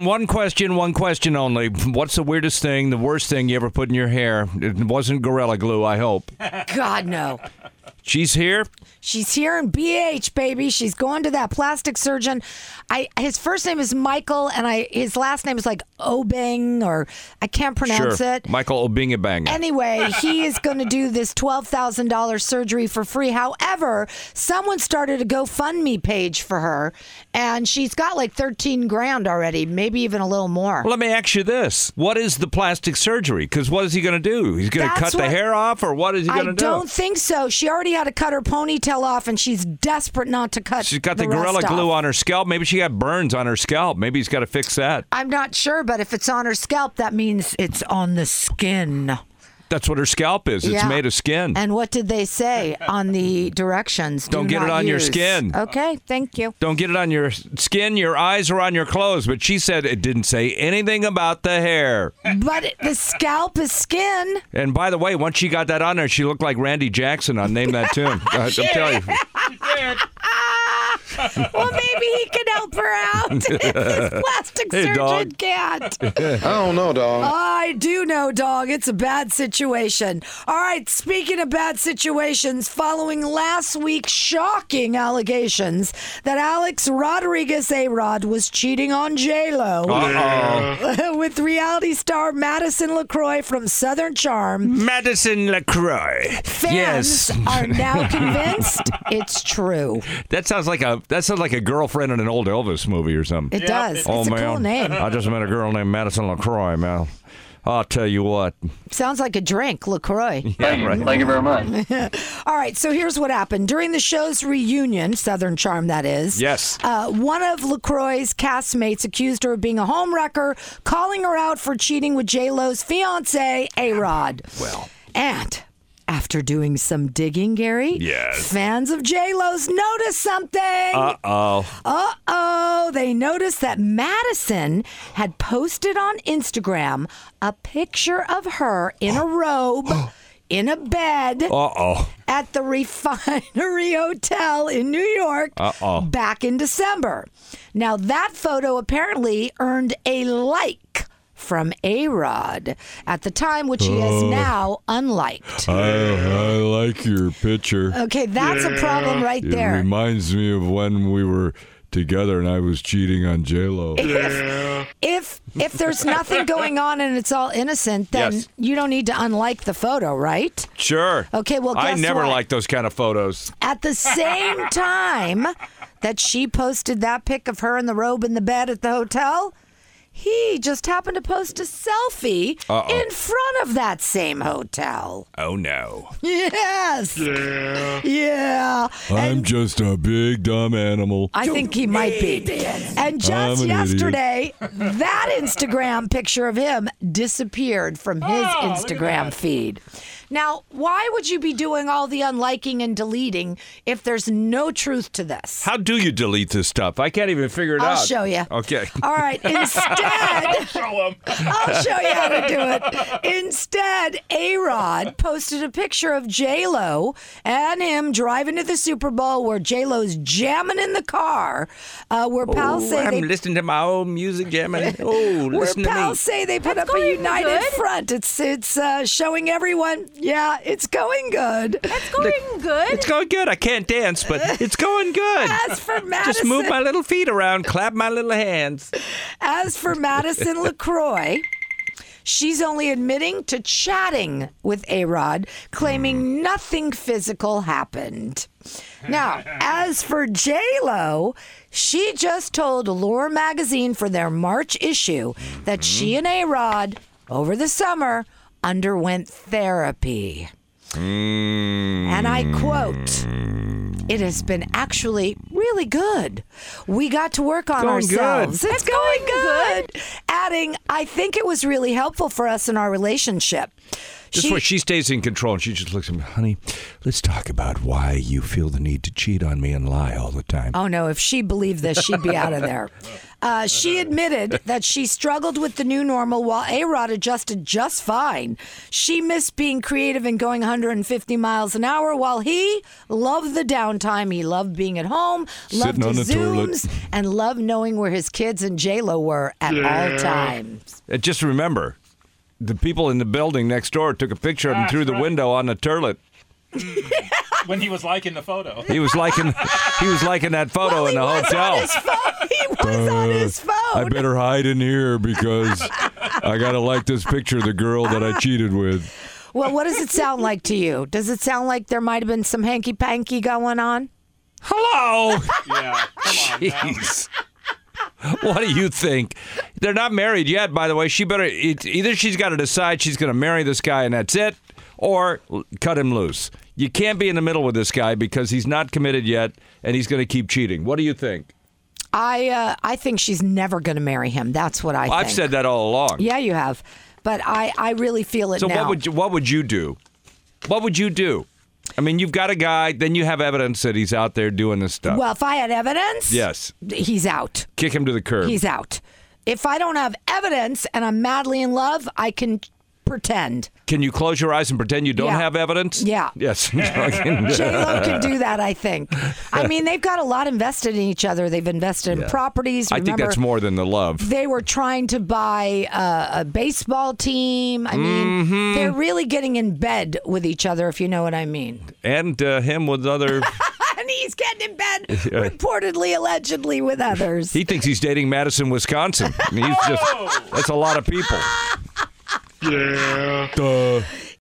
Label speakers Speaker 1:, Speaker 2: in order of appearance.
Speaker 1: One question, one question only. What's the weirdest thing, the worst thing you ever put in your hair? It wasn't Gorilla Glue, I hope.
Speaker 2: God, no.
Speaker 1: She's here.
Speaker 2: She's here in BH, baby. She's going to that plastic surgeon. I his first name is Michael, and I his last name is like Obeng, or I can't pronounce
Speaker 1: sure.
Speaker 2: it.
Speaker 1: Michael Obingabang.
Speaker 2: Anyway, he is going to do this $12,000 surgery for free. However, someone started a GoFundMe page for her, and she's got like 13 grand already, maybe even a little more.
Speaker 1: Let me ask you this. What is the plastic surgery? Because what is he going to do? He's going to cut
Speaker 2: That's
Speaker 1: the
Speaker 2: what-
Speaker 1: hair off, or what is he
Speaker 2: I
Speaker 1: going to do?
Speaker 2: don't think so. She already had to cut her ponytail off, and she's desperate not to cut.
Speaker 1: She's got the,
Speaker 2: the,
Speaker 1: Gorilla
Speaker 2: rest off.
Speaker 1: Glue on her scalp. Maybe she got burns on her scalp. Maybe he's got to fix that.
Speaker 2: I'm not sure, but if it's on her scalp, that means it's on the skin.
Speaker 1: That's what her scalp is. It's
Speaker 2: Yeah.
Speaker 1: made of skin.
Speaker 2: And what did they say on the directions? Do
Speaker 1: Don't get it
Speaker 2: not
Speaker 1: on your
Speaker 2: use.
Speaker 1: skin.
Speaker 2: Okay, thank you.
Speaker 1: Don't get it on your skin, your eyes, or on your clothes. But she said it didn't say anything about the hair.
Speaker 2: But the scalp is skin.
Speaker 1: And by the way, once she got that on there, she looked like Randy Jackson on Name That Tune. Uh, I'm telling you.
Speaker 2: Ah! Well, maybe he can help her out. if this plastic
Speaker 1: Hey,
Speaker 2: surgeon
Speaker 1: dog.
Speaker 2: can't.
Speaker 3: I don't know, dog.
Speaker 2: I do know, dog. It's a bad situation. All right, speaking of bad situations, following last week's shocking allegations that Alex Rodriguez A Rod was cheating on J Lo
Speaker 1: Uh-oh.
Speaker 2: with reality star Madison LaCroix from Southern Charm,
Speaker 1: Madison LaCroix.
Speaker 2: fans
Speaker 1: Yes.
Speaker 2: are now convinced it's true.
Speaker 1: That sounds like a that sounds like a girlfriend in an old Elvis movie or something.
Speaker 2: It does.
Speaker 1: oh
Speaker 2: it's a
Speaker 1: man,
Speaker 2: cool name.
Speaker 1: I just met a girl named Madison LaCroix, man. I'll tell you what.
Speaker 2: Sounds like a drink, LaCroix.
Speaker 1: Yeah, right.
Speaker 4: Thank you very much.
Speaker 2: All right, so here's what happened. During the show's reunion, Southern Charm that is.
Speaker 1: Yes.
Speaker 2: Uh, one of LaCroix's castmates accused her of being a homewrecker, calling her out for cheating with J-Lo's fiance, A-Rod. Well. And after doing some digging, Gary,
Speaker 1: Yes.
Speaker 2: fans of J-Lo's noticed something.
Speaker 1: Uh-oh.
Speaker 2: Uh oh, they noticed that Madison had posted on Instagram a picture of her in a robe, in a bed,
Speaker 1: Uh-oh.
Speaker 2: at the Refinery Hotel in New York
Speaker 1: Uh-oh.
Speaker 2: back in December. Now, that photo apparently earned a like from A Rod at the time, which he has now unliked.
Speaker 1: Uh,
Speaker 5: I, I like your picture.
Speaker 2: Okay, that's a problem right
Speaker 5: it
Speaker 2: Oh, there.
Speaker 5: reminds me of when we were together and I was cheating on J-Lo.
Speaker 2: if if there's nothing going on and it's all innocent, then
Speaker 1: Yes.
Speaker 2: you don't need to unlike the photo, right?
Speaker 1: Sure.
Speaker 2: Okay, well,
Speaker 1: I
Speaker 2: guess
Speaker 1: never
Speaker 2: what?
Speaker 1: like those kind of photos.
Speaker 2: At the same time that she posted that pic of her in the robe in the bed at the hotel, he just happened to post a selfie in front of that same hotel.
Speaker 1: Oh no.
Speaker 2: Yes. Yeah. Yeah.
Speaker 5: I'm just a big dumb animal.
Speaker 2: I think he might be. And just
Speaker 5: I'm an
Speaker 2: yesterday, that Instagram picture of him disappeared from his Instagram feed. Now, why would you be doing all the unliking and deleting if there's no truth to this?
Speaker 1: How do you delete this stuff? I can't even figure it out.
Speaker 2: I'll show you.
Speaker 1: Okay.
Speaker 2: All right. Instead, I'll show you how to do it. Instead, A Rod posted a picture of J Lo and him driving to the Super Bowl, where J Lo's jamming in the car. Uh,
Speaker 1: Oh,
Speaker 2: where pals say they
Speaker 1: listening to my old music jamming. Oh,
Speaker 2: where pals say they put up a united front. It's it's uh, showing everyone. Yeah, it's going good.
Speaker 6: Going good.
Speaker 1: It's going good. I can't dance, but it's going good.
Speaker 2: As for Madison,
Speaker 1: Just move my little feet around, clap my little hands.
Speaker 2: As for Madison LaCroix, she's only admitting to chatting with A Rod,
Speaker 1: Hmm.
Speaker 2: claiming nothing physical happened. Now, as for J Lo, she just told Allure magazine for their March issue that she
Speaker 1: Hmm.
Speaker 2: and A Rod over the summer underwent therapy. And I quote.
Speaker 1: Hmm.
Speaker 2: It has been actually really good. We got to work on
Speaker 1: Going good.
Speaker 2: ourselves. It's going, good. Adding, I think it was really helpful for us in our relationship.
Speaker 1: This is where she stays in control and she just looks at me, honey, let's talk about why you feel the need to cheat on me and lie all the time.
Speaker 2: Oh no, if she believed this, she'd be out of there. Uh, she admitted that she struggled with the new normal while A Rod adjusted just fine. She missed being creative and going 150 miles an hour while he loved the downtime. He loved being at home, loved
Speaker 5: Sitting on
Speaker 2: his
Speaker 5: the toilet.
Speaker 2: Zooms, and loved knowing where his kids and Lo were at all times.
Speaker 1: Uh, Just remember, the people in the building next door took a picture of him
Speaker 3: That's
Speaker 1: through the
Speaker 3: right.
Speaker 1: window on the turlet.
Speaker 3: when he was liking the photo.
Speaker 1: He was liking, he was liking that photo in the
Speaker 2: He was on
Speaker 1: hotel.
Speaker 2: his phone. He was on his phone.
Speaker 5: I better hide in here because I gotta like this picture of the girl that I cheated with.
Speaker 2: Well, what does it sound like to you? Does it sound like there might have been some hanky panky going on?
Speaker 1: Hello,
Speaker 3: Yeah, come on. Now.
Speaker 1: jeez. What do you think? They're not married yet, by the way. She better it, either she's got to decide she's going to marry this guy and that's it, or l- cut him loose. You can't be in the middle with this guy because he's not committed yet and he's going to keep cheating. What do you think?
Speaker 2: I uh, I think she's never going to marry him. That's what I think.
Speaker 1: I've said that all along.
Speaker 2: Yeah, you have. But I, I really feel it
Speaker 1: So
Speaker 2: now.
Speaker 1: what would you, what would you do? What would you do? I mean, you've got a guy, then you have evidence that he's out there doing this stuff.
Speaker 2: well, if I had evidence,
Speaker 1: yes,
Speaker 2: he's out.
Speaker 1: kick him to the curb.
Speaker 2: He's out. If I don't have evidence and I'm madly in love, I can pretend.
Speaker 1: Can you close your eyes and pretend you don't
Speaker 2: Yeah.
Speaker 1: have evidence?
Speaker 2: Yeah.
Speaker 1: Yes. Fucking-
Speaker 2: J Lo can do that, I think. I mean, they've got a lot invested in each other. They've invested in
Speaker 1: Yeah.
Speaker 2: properties.
Speaker 1: I think
Speaker 2: Remember,
Speaker 1: that's more than the love.
Speaker 2: They were trying to buy uh, a baseball team. I mean, they're really getting in bed with each other, if you know what I mean.
Speaker 1: And uh, him with other.
Speaker 2: and he's getting in bed reportedly, allegedly, with others.
Speaker 1: he thinks he's dating Madison, Wisconsin. And he's just. That's a lot of people.
Speaker 5: Duh.